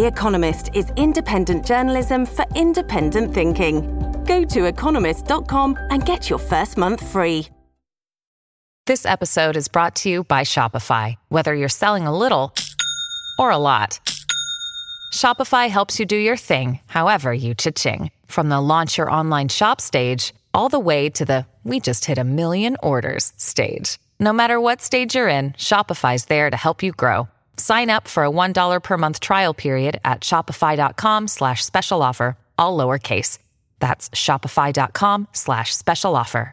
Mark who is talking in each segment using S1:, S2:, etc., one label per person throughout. S1: The Economist is independent journalism for independent thinking. Go to economist.com and get your first month free.
S2: This episode is brought to you by Shopify. Whether you're selling a little or a lot, Shopify helps you do your thing, however you cha-ching. From the launch your online shop stage, all the way to the we just hit a million orders stage. No matter what stage you're in, Shopify's there to help you grow. Sign up for a $1 per month trial period at shopify.com slash special offer, all lowercase. That's shopify.com slash special offer.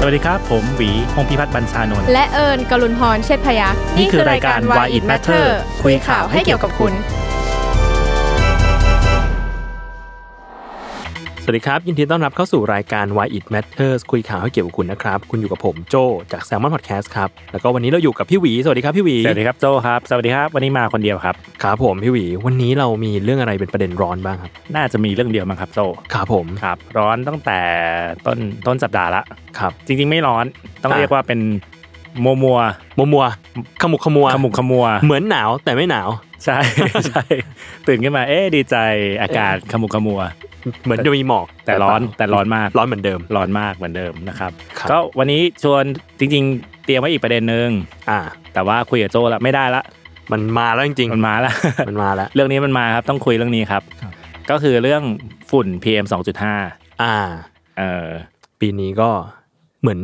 S3: สวัสดีครับ ผมหวีพงษ์พิพัฒน์บรรชานนท์
S4: และเอิญกลุนพรเชษพยักษ์
S3: นี่คือรายการ Why It Matter คุยข่าวให้เกี่ยวกับคุณ สวัสดีครับ ยินดีต้อนรับเข้าสู่รายการ Why It Matters คุยข่าวให้เกี่ยวกับคุณนะครับ คุณอยู่กับผมโจจาก s ซ l m o n Podcast ครับ แล้วก็วันนี้เราอยู่กับพี่หวี สวัสดีครับพี่หวี
S5: สวัสดีครับโจครับ สวัสดีครับ วันนี้มาคนเดียวครับ
S3: ครับผมพี่หวี วันนี้เรามีเรื่องอะไรเป็นประเด็นร้อนบ้างครับ
S5: น่าจะมีเรื่องเดียวมั้งครับโจ
S3: ครับผม
S5: ครับ ร้อนตั้งแต่ต้นต้นสัปดาห์ละ
S3: ครับ
S5: จริงๆไม่ร้อนต้อง
S3: อ่ะ
S5: เรียกว่าเป็นมัวมัว
S3: มัวมัวขมุกขมัว
S5: ๆขมุกขมัว
S3: เหมือนหนาวแต่ไม่หนาว
S5: ใช่ ใช่ตื่นขึ้นมาเอ๊ะดีใจอากาศขมุกขมัว
S3: เหมือนจะมีหมอก
S5: แต่ร้อนแต่ร้อนมาก
S3: ร้อนเหมือนเดิม
S5: ร้อนมากเหมือนเดิมนะครับ
S3: ครับ
S5: ก็วันนี้ชวนจริงๆ เตรียมไว้อีกประเด็นหนึ่ง
S3: อ่า
S5: แต่ว่าคุยกับโจละไม่ได้ละ
S3: มันมาแล้วจริง
S5: มันมาละ
S3: ๆมันมาแล้ว
S5: เรื่องนี้มันมาครับต้องคุยเรื่องนี้ครับ
S3: ครับ
S5: ก็คือเรื่องฝุ่น PM 2.5
S3: อ่า
S5: เออ
S3: ปีนี้ก็เหมือน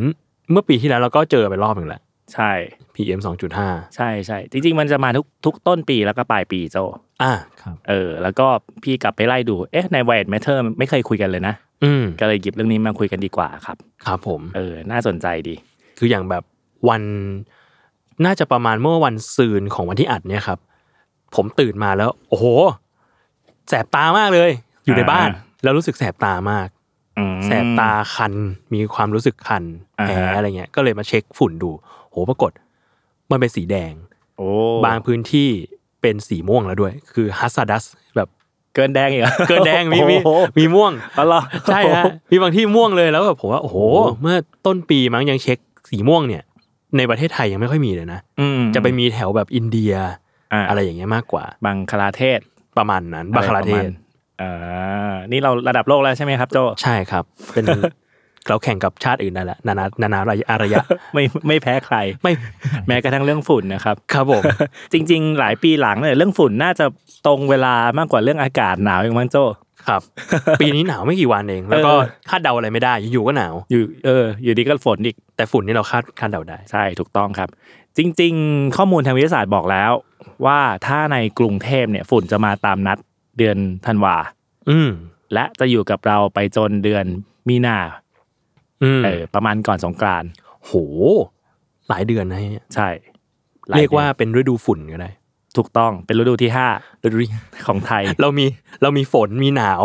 S3: เมื่อปีที่แล้วเราก็เจอไปรอบหนึ่งแหละ
S5: ใช่
S3: PM 2.5
S5: ใช่ใช่จริง ๆ มันจะมาทุกทุกต้นปีแล้วก็ปลายปีโจ
S3: อ่าครับ
S5: เออ แล้วก็พี่กลับไปไล่ดู เอ๊ะใน w i r e Matter ไม่เคยคุยกันเลยนะ
S3: อืม
S5: ก็เลยหยิบเรื่องนี้มาคุยกันดีกว่าครับ
S3: ครับผม
S5: เออน่าสนใจดี
S3: คืออย่างแบบวันน่าจะประมาณเมื่อวันซืนของวันที่อัดเนี่ยครับ ผมตื่นมาแล้ว โอ้โห แสบตามากเลย อยู่ในบ้าน
S5: อ่า
S3: แล้วรู้สึกแสบตามาก
S5: อืม
S3: แสบตาคันมีความรู้สึกคัน
S5: อ่า
S3: แผล
S5: ฮะ
S3: อะไรเงี้ย ก็เลยมาเช็คฝุ่นดู โหปรากฏ มันเป็นสีแดง
S5: โอ้
S3: บางพื้นที่เป็นสีม่วงแล้วด้วย คือฮัสซัดัสแบบ
S5: เกินแดงอีกหรอ
S3: เกินแดงมีมี
S5: โอ้โห
S3: มีม่วง
S5: อ๋อเหรอ
S3: ใช่ฮะมีบางที่ม่วงเลยแล้วแบบผมว่าโอ้โห
S5: โอ้โห
S3: เมื่อต้นปีมั้งยังเช็คสีม่วงเนี่ย ในประเทศไทยยังไม่ค่อยมีเลยนะ
S5: อืม
S3: จะไปมีแถวแบบอินเดีย
S5: อ่า
S3: อะไรอย่างเงี้ยมากกว่า
S5: บังคลาเทศ
S3: ประมาณนั้นบังคลาเท
S5: อะไรป
S3: ศ
S5: ระมณอ่านี่เราระดับโลกแล้วใช่ไหมครับโจ
S3: ใช่ครับ เป็น เราแข่งกับชาติอื่นได้ละนานานานาอารยะ
S5: ไม่ไม่แพ้ใคร
S3: ไม่
S5: แม้กระทั่งเรื่องฝุ่นนะครับ
S3: ครับผม
S5: จริง ๆ หลายปีหลังเนี่ยเรื่องฝุ่นน่าจะตรงเวลามากกว่าเรื่องอากาศหนาวอย่างมั้งโจ
S3: ครับ ปีนี้หนาวไม่กี่วันเอง แล้วก็
S5: เออ
S3: คาดเดาอะไรไม่ได้อยู่ๆก็หนาว
S5: อยู่เออ อยู่ดีก็ฝนอีก
S3: แต่ฝุ่นนี่เราคาดคาดเดาได้
S5: ใช่ถูกต้องครับ จริง ๆ ข้อมูลทางวิทยาศาสตร์บอกแล้ว ว่าถ้าในกรุงเทพเนี่ยฝุ่นจะมาตามนัดเดือนธันวา
S3: อืม
S5: และจะอยู่กับเราไปจนเดือนมีนา
S3: อืม
S5: เออประมาณก่อนสงกรานต์
S3: โห หลายเดือนนะเนี่ย
S5: ใช่หล
S3: เรียกว่า
S5: ดื
S3: เป็นฤดูฝุ่นก็ได้
S5: อนถูกต้องเป็นฤดูที่ห้า
S3: ฤดูที่
S5: ของไทย
S3: เรามีเรามีฝนมีหนาว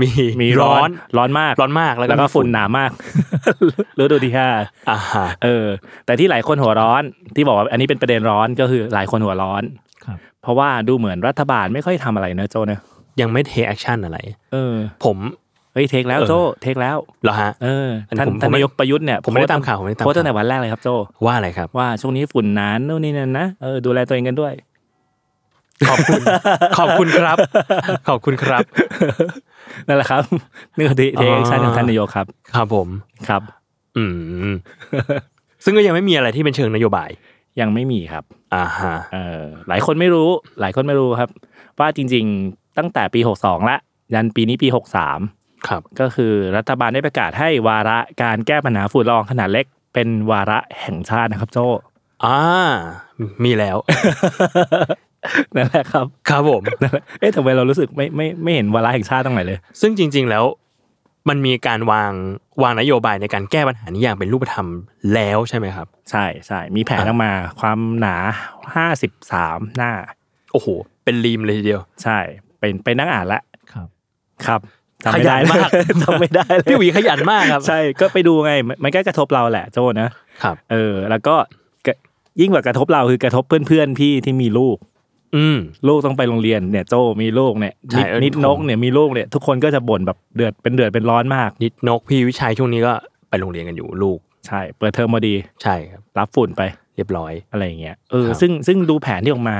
S3: มี
S5: มีร้อนร้อนมาก
S3: ร้อนมากแล้ว
S5: แล้วก็
S3: ก็
S5: ฝุ่นหนามาก ฤดูที่ห้า
S3: อ่าฮะ
S5: เออแต่ที่หลายคนหัวร้อนที่บอกว่าอันนี้เป็นประเด็นร้อนก็คือหลายคนหัวร้อน
S3: ครับ
S5: เพราะว่าดูเหมือนรัฐบาลไม่ค่อยทำอะไรนะโจเนะ
S3: ยังไม่เทคแอคชั่นอะไร
S5: เออ
S3: ผม
S5: เฮ้ยเทคแล้วโจเทคแล้ว
S3: เหรอฮะ
S5: เอออน
S3: นี้
S5: ท่าน
S3: ผม
S5: ท่าน
S3: ผมไม่
S5: นายกประยุทธ์เนี่ย
S3: ผมไม่ได้
S5: โพสต์
S3: ตามข่าวผมไม่ได้ตาม
S5: โพสต์ตั้งแต่
S3: ข่าว
S5: วันแรกเลยครับโจ
S3: ว่าอะไรครับ
S5: ว่าช่วงนี้ฝุ่นหนาโน่นนี่นั่นนะเออดูแลตัวเองกันด้วย
S3: ขอบคุณ ขอบคุณครับ ขอบคุณครับ
S5: นั่นแหละครับ นี่คือเทคแอคชั่นของท่านนายกครับ
S3: ครับผม
S5: ครับ
S3: อืม ซึ่งก็ยังไม่มีอะไรที่เป็นเชิงนโยบาย
S5: ยังไม่มีครับ
S3: อ่าฮะ
S5: เออหลายคนไม่รู้ หลายคนไม่รู้ครับ ว่าจริง ๆ ตั้งแต่ปี 62 ละยันปีนี้ปี 63
S3: ครับ
S5: ก็คือรัฐบาลได้ประกาศให้วาระการแก้ปัญหาฝุ่นละอองขนาดเล็ก เป็นวาระแห่งชาตินะครับโจ
S3: อ่า มีแล้ว
S5: นั่นแหละครับ
S3: ครับผม
S5: นั่นแหละเอ๊ะทำไมเรารู้สึกไม่ไม่ไม่เห็นวาระแห่งชาติตั้งไหนเลย
S3: ซึ่งจริง ๆ แล้ว มันมีการวางวางนโยบายในการแก้ปัญหานี้อย่างเป็นรูปธรรมแล้วใช่ไหมครับ
S5: ใช่ใช่มีแผนออกมาความหนา 53 หน้า
S3: โอ้โห เป็นรีมเลยทีเดียว
S5: ใช่ เป็นไปนั่งอ่านละ
S6: ครับ
S5: ครับจำ
S3: ข
S5: ไม่
S3: ยั
S5: ได้
S3: น
S5: เลย
S3: มาก
S5: จำไม่ได้เลย
S3: พี่หวีขยันมากครับ
S5: ใช่ก็ไปดูไงมันมันก็กระทบเราแหละโจนะ
S3: ครับ
S5: เออ แล้วก็กระยิ่งกว่ากระทบเราคือกระทบเพื่อนๆพี่ที่มีลูก
S3: อืม
S5: ลูกต้องไปโรงเรียนเนี่ยโจมีลูกเนี่ย
S3: ใช่
S5: นิด
S3: เออ
S5: นิด
S3: ผม
S5: นกเนี่ยมีลูกเนี่ยทุกคนก็จะบ่นแบบเดือดเป็นเดือดเป็นร้อนมาก
S3: นิดนกพี่วิชัยช่วงนี้ก็ไปโรงเรียนกันอยู่ลูก
S5: ใช่ เปิดเทอมพอดี
S3: ใช่ครับ
S5: รับฝุ่นไป
S3: เรียบร้อย
S5: อะไรอย่างเงี้ยเออ
S3: ครับ
S5: ซึ่งซึ่งดูแผนที่ออกมา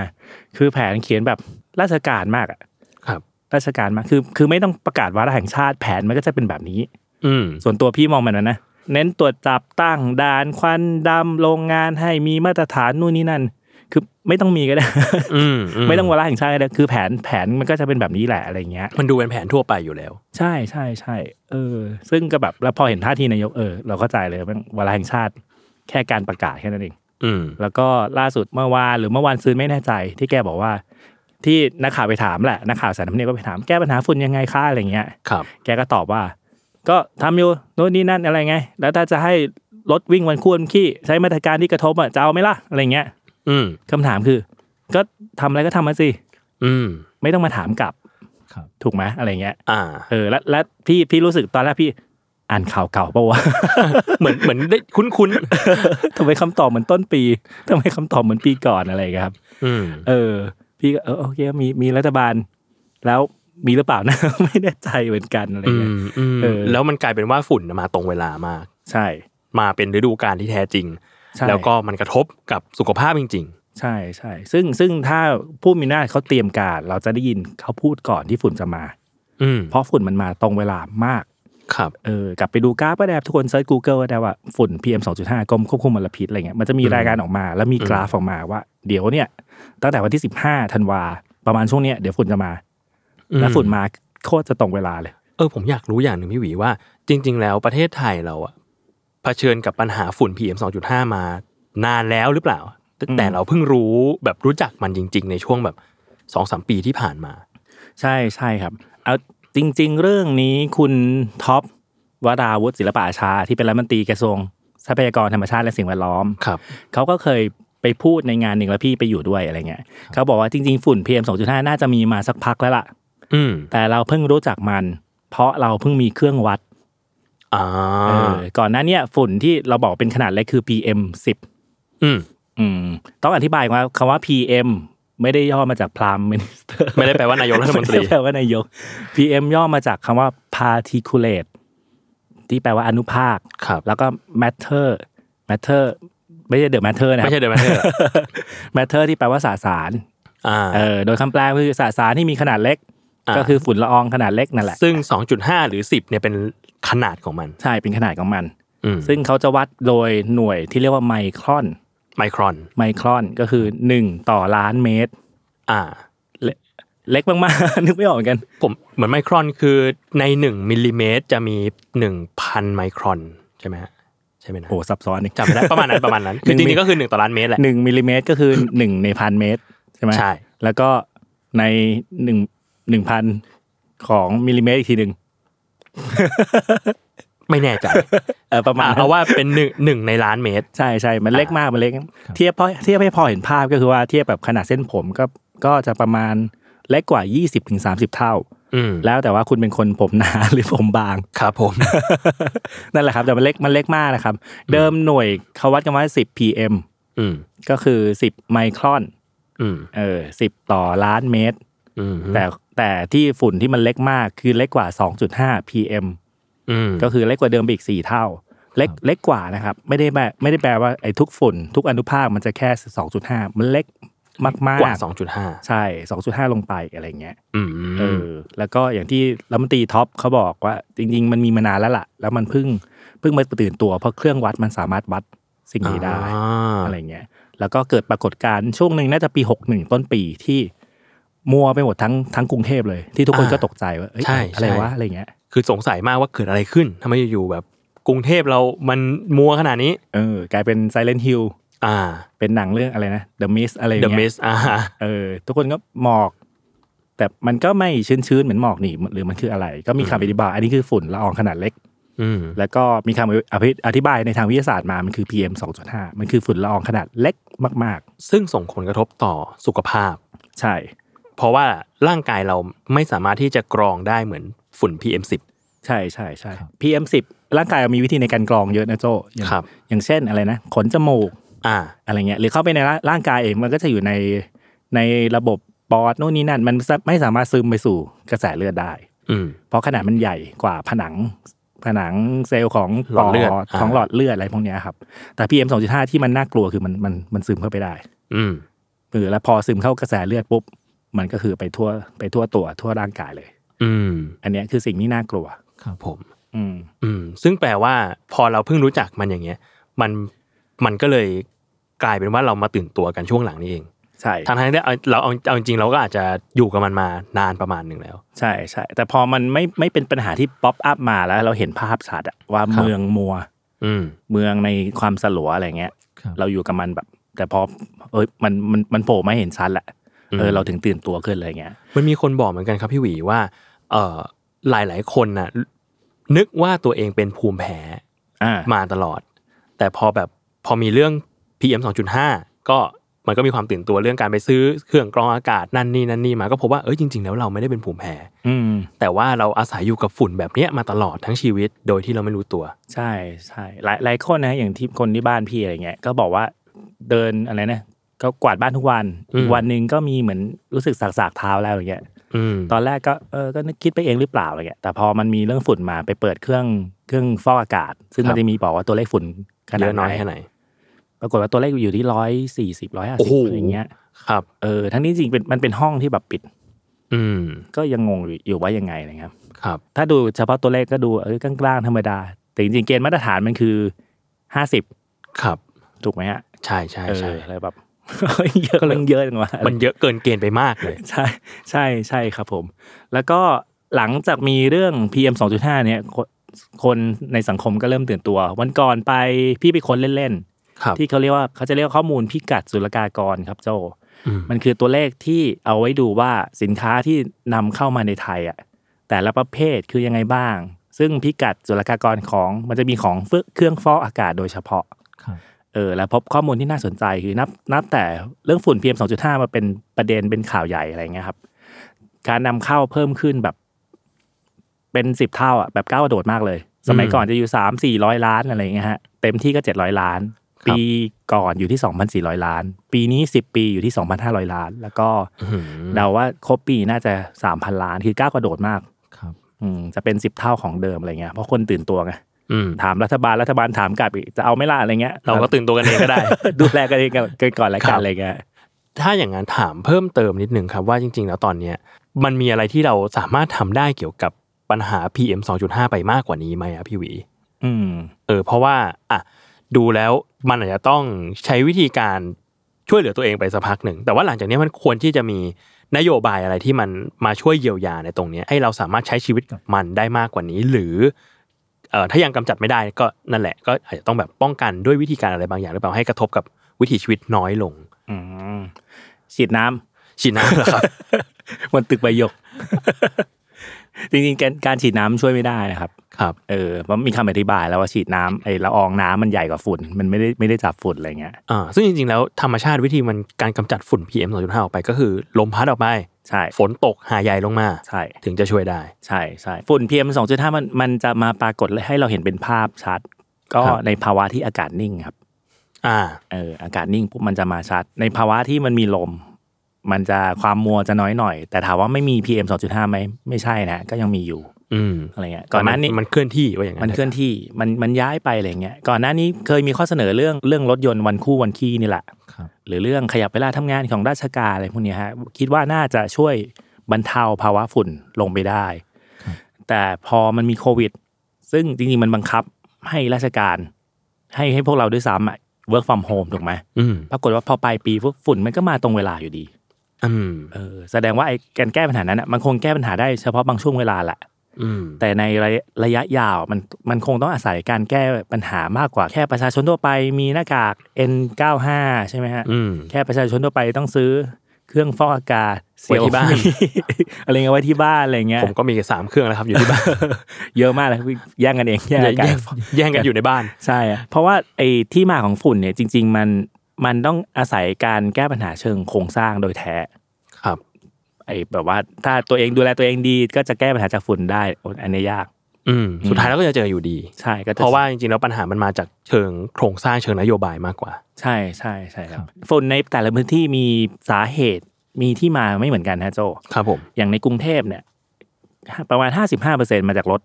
S5: คือแผนเขียนแบบราชการมากอะ
S3: ครับ
S5: ราชการมากคือคือไม่ต้องประกาศวาระแห่งชาติแผนมันก็จะเป็นแบบนี้
S3: อืม
S5: ส่วนตัวพี่มองมันนะนะเน้นตรวจจับตั้งด่านควันดำโรงงานให้มีมาตรฐานนู่นนี่นั่น คือไม่ต้องมีก็ได้
S3: อืม
S5: ไม่ต้องวาระแห่งชาติก็ได้คือแผนแผนมันก็จะเป็นแบบนี้แหละอะไรอย่างเงี้ย
S3: มันดูเป็นแผนทั่วไปอยู่แล้ว
S5: ใช่ใช่ใช่เออ ซึ่งก็แบบแล้วพอเห็นท่าทีนายกเออเราเข้าใจเลยว่าเวลาแห่งชาติ แค่การประกาศแค่นั้นเอง
S3: อืม
S5: แล้วก็ล่าสุดเมื่อวานหรือเมื่อวานซื้อไม่แน่ใจ ที่แกบอกว่า ที่นักข่าวไปถามแหละนักข่าวสายน้ำเนียบก็ไปถามแก้ปัญหาฝุ่นยังไงค่าอะไรเงี้ย
S3: ครับ
S5: แกก็ตอบว่า ก็ทำอยู่โน่นนี่นั่นอะไรไง แล้วถ้าจะให้รถวิ่งวันควรขี้ใช้มาตรการที่กระทบอ่ะจะเอาไหมล่ะอะไรเงี้ย
S3: อืม
S5: คำถามคือ ก็ทำอะไรก็ทำมาสิ
S3: อืม
S5: ไม่ต้องมาถามกลับ
S6: ครับ
S5: ถูกไหมอะไรเงี้ย
S3: อ่า
S5: เออและและพี่พี่รู้สึกตอนแรกพี่อ่านข่าวเก่าปะวะ
S3: เหมือนเห มือนได้คุ้น
S5: ทำไมคำตอบเหมือนต้นปีทำไมคำตอบเหมือนปีก่อนอะไรอย่างเงี้ยครับ
S3: ๆ อืม
S5: เออ พี่ก็เออโอเคมีมีรัฐบาล แล้วมีหรือเปล่านะ ไม่แน่ใจเหมือนกันอะไร
S3: อื
S5: เงี้ย
S3: มอืม
S5: เออ
S3: แล้วมันกลายเป็นว่าฝุ่นมาตรงเวลามาก
S5: ใช่
S3: มาเป็นฤดูกาลที่แท้จริง
S5: ใช่
S3: แล้วก็มันกระทบกับสุขภาพจริง
S5: ใช่ใช่ ซึ่งซึ่งถ้าผู้มีหน้าจเขาเตรียมการ เราจะได้ยินเขาพูดก่อนที่ฝุ่นจะมา
S3: ๆ อืม
S5: เพราะฝุ่นมันมาตรงเวลามาก
S3: ครับ
S5: เออกลับไปดูกราฟก็ได้ครับทุกคนเซิร์ช Google ก็ได้ว่าฝุ่น PM 2.5กรมควบคุมมลพิษอะไรเงี้ยมันจะมีรายการออกมา แล้วมีกราฟออกมาว่า เดี๋ยวเนี่ย ตั้งแต่วันที่ 15ธันวาประมาณช่วงเนี้ยเดี๋ยวฝุ่นจะมา
S3: อืม
S5: แล้วฝุ่นมาโคตรจะตรงเวลาเลย
S3: เออผมอยากรู้อย่างหนึ่งพี่หวีว่า จริง ๆ แล้วประเทศไทยเราอะเผชิญกับปัญหาฝุ่น PM 2.5 มานานแล้วหรือเปล่า แต่
S5: อืม
S3: แต่เราเพิ่งรู้แบบรู้จักมันจริง ๆ ในช่วงแบบสองสามปีที่ผ่านมา
S5: ใช่ใช่ครับเอาจริง ๆ เรื่องนี้คุณท็อปวราวุฒิศิลปอาชาที่เป็นรัฐมนตรีกระทรวงทรัพยากรธรรมชาติและสิ่งแวดล้อม
S3: ครับ
S5: เขาก็เคยไปพูดในงานหนึ่งแล้วพี่ไปอยู่ด้วยอะไรเงี้ยเขาบอกว่าจริงๆฝุ่น PM 2.5 น่าจะมีมาสักพักแล้วล่ะ
S3: อืม
S5: แต่เราเพิ่งรู้จักมัน เพราะเราเพิ่งมีเครื่องวัด
S3: อ่า
S5: เออก่อนหน้าเนี้ฝุ่นที่เราบอกเป็นขนาดเล็กคือ PM 10
S3: อืม
S5: อืมต้องอธิบายว่าคำว่า PM ไม่ได้ย่อมาจาก Prime Minister
S3: ไม่ได้แปลว่านายกรัฐมนตรี
S5: ไได้แปลว่านายก PM ย่อมาจากคำว่า particulate ที่แปลว่าอนุภาค
S3: ครับ
S5: แล้วก็ matter matter ไม่ใช่เดอะ matter นะ
S3: ไม่ใช่เดอะ matter หรอ
S5: matter ที่แปลว่าสสาร
S3: อ่า
S5: เออโดยคำแปลคือสสารที่มีขนาดเล็ก
S3: อ่า
S5: ก็คือฝุ่นละอองขนาดเล็กนั่นแหละ
S3: ซึ่ง 2.5 หรือ 10เนี่ยเป็นขนาดของมัน
S5: ใช่เป็นขนาดของมัน
S3: อืม
S5: ซึ่งเขาจะวัดโดยหน่วยที่เรียกว่าไมครอน
S3: ไมครอน
S5: ไมครอนก็คือ 1 ต่อล้านเมตร
S3: อ่า
S5: เล็กมากๆ นึกไม่ออกเหมือนกัน
S3: ผมเหมือนไมครอนคือใน1มิลลิเมตรจะมี 1,000 ไมครอน ใช่ไหมฮะใช่ไหมนะ
S5: โอ้ซับซ้อนนี่
S3: จำไม่ได้ ประมาณนั้นประมาณ นั้น คือจริงๆก็คือ 1 ต่อล้านเมตรแหละ
S5: หนึ่งมิลลิเมตรก็คือ 1 ในพันเมตร ใช่ไหม
S3: ใช่
S5: แล้วก็ใน1นึ่งหนึ่งพันของมิลลิเมตรอีกทีหนึ่ง
S3: ไม่แน่ใจ
S5: เออประมาณ
S3: อ่า
S5: นั้น
S3: เอาว่าเป็น หนึ่งหนึ่งในล้านเมตร
S5: ใช่ใช่มันเล็กมากมันเล็ก เทียบพอเทียบให้พอเห็นภาพก็คือว่าเทียบแบบขนาดเส้นผมก็ก็จะประมาณเล็กกว่า 20-30 เท่า
S3: อืม
S5: แล้วแต่ว่าคุณเป็นคนผมหนา หรือผมบาง
S3: ครับผม
S5: นั่นแหละครับแต่มันเล็กมันเล็กมากนะครับ เดิมหน่วยเขาวัดกันว่า 10 pm
S3: อืม
S5: ก็คือ 10 ไมครอน
S3: อืม
S5: เออ10 ต่อล้านเมตร
S3: อืม
S5: แต่แต่ที่ฝุ่นที่มันเล็กมากคือเล็กกว่า 2.5 pm
S3: อืม
S5: ก็คือเล็กกว่าเดิมไปอีก 4 เท่า เล็กเล็กกว่านะครับ ไม่ได้แปลไม่ได้แปลว่าไอ้ทุกฝุ่น ทุกอนุภาคมันจะแค่ 2.5 มันเล็กมาก
S3: กว่า
S5: ๆ
S3: 2.5
S5: ใช่ 2.5 ลงไปอะไรเงี้ย
S3: อืม
S5: เออแล้วก็อย่างที่รัฐมนตรีท็อปเขาบอกว่า จริง ๆ มันมีมานานแล้วล่ะ แล้วมันเพิ่งเพิ่งมาตื่นตัว เพราะเครื่องวัดมันสามารถวัดสิ่งนี้ได้
S3: อะ
S5: อะไรเงี้ยแล้วก็เกิดปรากฏการณ์ช่วงหนึ่งน่าจะปีหกหนึ่งต้นปีที่ มัวไปหมดทั้งทั้งกรุงเทพเลย ที่ทุกคนก็ตกใจว่าเอ้ย
S3: ใช่
S5: อะไรวะ
S3: ใช่
S5: อะไรเงี้ย
S3: คือสงสัยมากว่าเกิดอะไรขึ้นทำไมอยู่ๆแบบกรุงเทพเรามันมัวขนาดนี้
S5: เออกลายเป็น Silent Hill
S3: อ่า
S5: เป็นหนังเรื่องอะไรนะ The Mist อะไรอย่าง
S3: The
S5: เงี้ย
S3: Mist อ่า
S5: เออทุกคนก็หมอก แต่มันก็ไม่ชื้นๆเหมือนหมอกนี่หรือมันคืออะไร ก็มีคำอธิบายอันนี้คือฝุ่นละอองขนาดเล็ก
S3: อืม
S5: แล้วก็มีคำอภิอธิบายในทางวิทยาศาสตร์มา มันคือ PM 2.5 มันคือฝุ่นละอองขนาดเล็กมาก
S3: ซึ่งส่งผลกระทบต่อสุขภาพ
S5: ๆ ใช่
S3: เพราะว่าร่างกายเราไม่สามารถที่จะกรองได้เหมือนฝุ่น PM10
S5: ใช่ใช่ใช่ PM สิบร่างกายมีวิธีในการกรองเยอะนะโจอย่าง
S3: ครับ
S5: อย่างเช่นอะไรนะขนจมูก
S3: อ่า
S5: อะไรเงี้ยหรือเข้าไปในร่าร่างกายเองมันก็จะอยู่ในในระบบปอดนู่นนี่นั่น มันสะไม่สามารถซึมไปสู่กระแสเลือดได้
S3: อืม
S5: เพราะขนาดมันใหญ่กว่าผนังผนังเซลล์ของ
S3: หลอดเลือด
S5: ป
S3: อ่า
S5: ของหลอดเลือดอะไรพวกเนี้ยครับ แต่ PM 2.5 ที่มันน่ากลัวคือมันมันมันซึมเข้าไปได้
S3: อืม
S5: หรือแล้วพอซึมเข้ากระแสเลือดปุ๊บมันก็คือไปทั่วไปทั่วตัวทั่วร่างกายเลย
S3: อืม
S5: อันเนี้ยคือสิ่งที่น่ากลัว
S3: ครับผม
S5: อืม
S3: อืม ซึ่งแปลว่าพอเราเพิ่งรู้จักมันอย่างเงี้ย มันมันก็เลยกลายเป็นว่าเรามาตื่นตัวกันช่วงหลังนี้เอง
S5: ใช่
S3: ทางทางที่เอาเราเอาเอาจริงๆเราก็อาจจะอยู่กับมันมานานประมาณหนึ่งแล้ว
S5: ใช่ใช่แต่พอมันไม่ไม่เป็นปัญหาที่ป๊อปอัพมาแล้ว เราเห็นภาพชัดอะว่า
S3: ครับ
S5: เมืองมัว
S3: อืม
S5: เมืองในความสลัวอะไรเงี้ย
S3: ครับ
S5: เราอยู่กับมันแบบ แต่พอเอ้ยมันมันมันโผล่มาให้เห็นชัดแหละเออเราถึงตื่นตัวขึ้นเลยเงี้ย
S3: มันมีคนบอกเหมือนกันครับพี่หวีว่า เอ่อหลายหลายๆคนน่ะ นึกว่าตัวเองเป็นภูมิแพ้
S5: อ่า
S3: มาตลอด แต่พอแบบพอมีเรื่อง PM 2.5 ก็มันก็มีความตื่นตัวเรื่องการไปซื้อเครื่องกรองอากาศนั่นนี่นั่นนี่มาก็พบว่าเอ้ยจริงๆแล้วเราไม่ได้เป็นภูมิแพ้
S5: อืม
S3: แต่ว่าเราอาศัยอยู่กับฝุ่นแบบเนี้ยมาตลอดทั้งชีวิตโดยที่เราไม่รู้ตัว
S5: ใช่ใช่หลายหลายคนนะอย่างที่คนที่บ้านพี่อะไรเงี้ยก็บอกว่าเดินอะไรนะก็กวาดบ้านทุกวัน
S3: อืม
S5: อีกวันหนึ่งก็มีเหมือนรู้สึกสากสากๆเท้าแล้วอะไรเงี้ย
S3: อืม
S5: ตอนแรกก็เออก็นึกคิดไปเองหรือเปล่าอะไรเงี้ยแต่พอมันมีเรื่องฝุ่นมาไปเปิดเครื่องเครื่องฟอกอากาศ ซึ่งมันจะมีบอกว่าตัวเลขฝุ่นข
S3: เย
S5: นาด
S3: อะน้อย
S5: ไหน
S3: แค่ไหน
S5: ปรากฏว่าตัวเลขอยู่ที่ร้อยสี่สิบร้อยห้า
S3: โอ้
S5: สิบ
S3: โห
S5: อะไรเงี้ย
S3: ครับ
S5: เออทั้งนี้จริงๆเป็นมันเป็นห้องที่แบบปิด
S3: อืม
S5: ก็ยังงงอยู่อยู่ว่ายังไงนะครับ
S3: ครับ
S5: ถ้าดูเฉพาะตัวเลขก็ดูเออกลางๆธรรมดา แต่จริงๆเกณฑ์มาตรฐานมันคือห้าสิบ
S3: ครับ
S5: ถูกไหมฮะ
S3: ใช่ใช่
S5: เออ
S3: ใช่
S5: อะไรแบบ เยอะมันเยอะจังวะ
S3: มันเยอะเกินเกณฑ์ไปมากเลย
S5: ใช่ใช่ใช่ครับผม แล้วก็หลังจากมีเรื่อง PM 2.5 เนี่ยคนคนในสังคมก็เริ่มตื่นตัว วันก่อนไปพี่ไปค้นเล่น
S3: ครับ
S5: ๆ ที่เขาเรียกว่าเขาจะเรียกว่าข้อมูลพิกัดศุลกากรครับโจ
S3: อืม
S5: มันคือตัวเลขที่เอาไว้ดูว่าสินค้าที่นำเข้ามาในไทยอ่ะแต่ละประเภทคือยังไงบ้าง ซึ่งพิกัดศุลกากรของมันจะมีของเฟื่องเครื่องฟอกอากาศโดยเฉพาะเออแล้วพบข้อมูลที่น่าสนใจคือนับนับแต่เรื่องฝุ่น PM 2.5 มาเป็นประเด็นเป็นข่าวใหญ่อะไรเงี้ยครับ การนำเข้าเพิ่มขึ้นแบบเป็นสิบเท่าอ่ะแบบก้าวกระโดดมากเลย สมัยก่อนจะอยู่สามสี่ร้อยล้านอะไรเงี้ยฮะเต็มที่ก็เจ็ดร้อยล้าน ปีก่อนอยู่ที่ 2,400 ล้าน ปีนี้ 10 ปีอยู่ที่ 2,500 ล้าน แล้วก็
S3: อืม
S5: เดาว่าครบปีน่าจะ 3,000 ล้าน คือก้าวกระโดดมาก
S3: ครับ
S5: อืมจะเป็น 10 เท่าของเดิมอะไรเงี้ยเพราะคนตื่นตัวไง
S3: อืม
S5: ถามรัฐบาลรัฐบาลถามกลับอีกจะเอาไม่ล่ะอะไรเงี้ย
S3: เราก็ตื่นตัวกันเองก็ได้
S5: ดูแลกันเอง กันก่อนแล้ว
S3: ครั
S5: กับ นอะไรเงี้ย
S3: ถ้าอย่างนั้นถามเพิ่มเติมนิดนึงครับว่าจริง ๆ แล้วตอนเนี้ยมันมีอะไรที่เราสามารถทำได้เกี่ยวกับปัญหา PM 2.5 ไปมากกว่านี้ไหมอะพี่หวี
S5: อืม
S3: เออเพราะว่าอ่ะดูแล้วมันอาจจะต้องใช้วิธีการช่วยเหลือตัวเองไปสักพักหนึ่ง แต่ว่าหลังจากนี้มันควรที่จะมีนโยบายอะไรที่มันมาช่วยเยียวยาในตรงเนี้ยให้เราสามารถใช้ชีวิตกับมันได้มากกว่านี้ หรือเอ่อถ้ายังกำจัดไม่ได้ก็นั่นแหละ ก็อาจจะต้องแบบป้องกันด้วยวิธีการอะไรบางอย่างหรือเปล่าให้กระทบกับวิถีชีวิตน้อยลง
S5: อืมฉีดน้ำ
S3: ชินะเหรอครับ
S5: มัน ตึกใบหยก จริงๆการการฉีดน้ำช่วยไม่ได้นะครับ
S3: ครับ
S5: เออมันมีคำอธิบายแล้วว่าฉีดน้ำไอ้ละอองน้ำมันใหญ่กว่าฝุ่น มันไม่ได้ไม่ได้จับฝุ่นอะไรเงี้ย
S3: อ่าซึ่งจริงๆแล้วธรรมชาติวิธีมันการกำจัดฝุ่น PM 2.5ออกไปก็คือลมพัดออกไป
S5: ใช่
S3: ฝนตกหาใหญ่ลงมา
S5: ใช่
S3: ถึงจะช่วยได้
S5: ใช่ใช่ฝุ่น PM 2.5มันมันจะมาปรากฏให้เราเห็นเป็นภาพชัด ก็
S3: ครับ
S5: ในภาวะที่อากาศนิ่งครับ
S3: อ่า
S5: เอออากาศนิ่งปุ๊บมันจะมาชัด ในภาวะที่มันมีลม มันจะความมัวจะน้อยหน่อย แต่ถามว่าไม่มี PM 2.5ไหมไม่ใช่นะก็ยังมีอยู่
S3: อืม
S5: อะไรเงี้ยก่อนหน้านี้
S3: มันเคลื่อนที่ว่าอย่างนั้
S5: มันนเคลื่อนที่มันมันย้ายไปอะไรเงี้ยก่อนหน้านี้เคยมีข้อเสนอเรื่องเรื่องรถยนต์วันคู่วันขี้นี่แหละหรือเรื่องขยับเวลาทำงานของราชการอะไรพวกเนี้ยฮะคิดว่าน่าจะช่วยบรรเทาภาวะฝุ่นลงไปได้ แต่พอมันมีโควิด ซึ่งจริงๆมันบังคับให้ราชการ ให้ให้พวกเราด้วยซ้ำอะ work from home ถูกไหม
S3: อืม
S5: ปรากฏว่าพอปลายปีปุ๊บฝุ่นมันก็มาตรงเวลาอยู่ดี
S3: อืม
S5: เออแสดงว่าไอ้การแก้ปัญหานั้นอะมันคงแก้ปัญหาได้เฉพาะบางช่วงเวลาแหละ
S3: อืม
S5: แต่ในระยะระยะยาวมันมันคงต้องอาศัยการแก้ปัญหามากกว่าแค่ประชาชนทั่วไปมีหน้ากาก N95 ใช่ไหมฮะ
S3: อืม
S5: แค่ประชาชนทั่วไปต้องซื้อเครื่องฟอกอากาศ
S3: ไว้ที่บ้าน
S5: เซลฟี่ อะไรเงี้ยไว้ที่บ้านอะไรเงี้ย
S3: ผมก็มีสามเครื่องแล้วครับอยู่ที่บ้าน
S5: เยอะมากเลยแย่งกันเอง แย่งอา
S3: แย่
S5: กาง ศ
S3: แย่งกันอยู่ในบ้าน
S5: ใช่อะเพราะว่าไอ้ที่มาของฝุ่นเนี่ยจริง ๆ มันมันต้องอาศัยการแก้ปัญหาเชิงโครงสร้างโดยแท้
S3: ครับ
S5: ไอ อ้แบบว่าถ้าตัวเองดูแลตัวเองดีก็จะแก้ปัญหาจากฝุ่นได้โอ้อันนี้ยาก
S3: อืมสุดท้ายแล้วก็จะเจออยู่ดี
S5: ใช่ก็จ
S3: เพราะว่าจริงๆแล้วปัญหามันมาจากเชิงโครงสร้างเชิงนโยบายมากกว่า
S5: ใช่ใช่ใช่ครับฝุ่นในแต่ละพื้นที่มีสาเหตุมีที่มาไม่เหมือนกันนะโจ
S3: ครับผม
S5: อย่างในกรุงเทพเนี่ย ประมาณ 55%มาจากรถ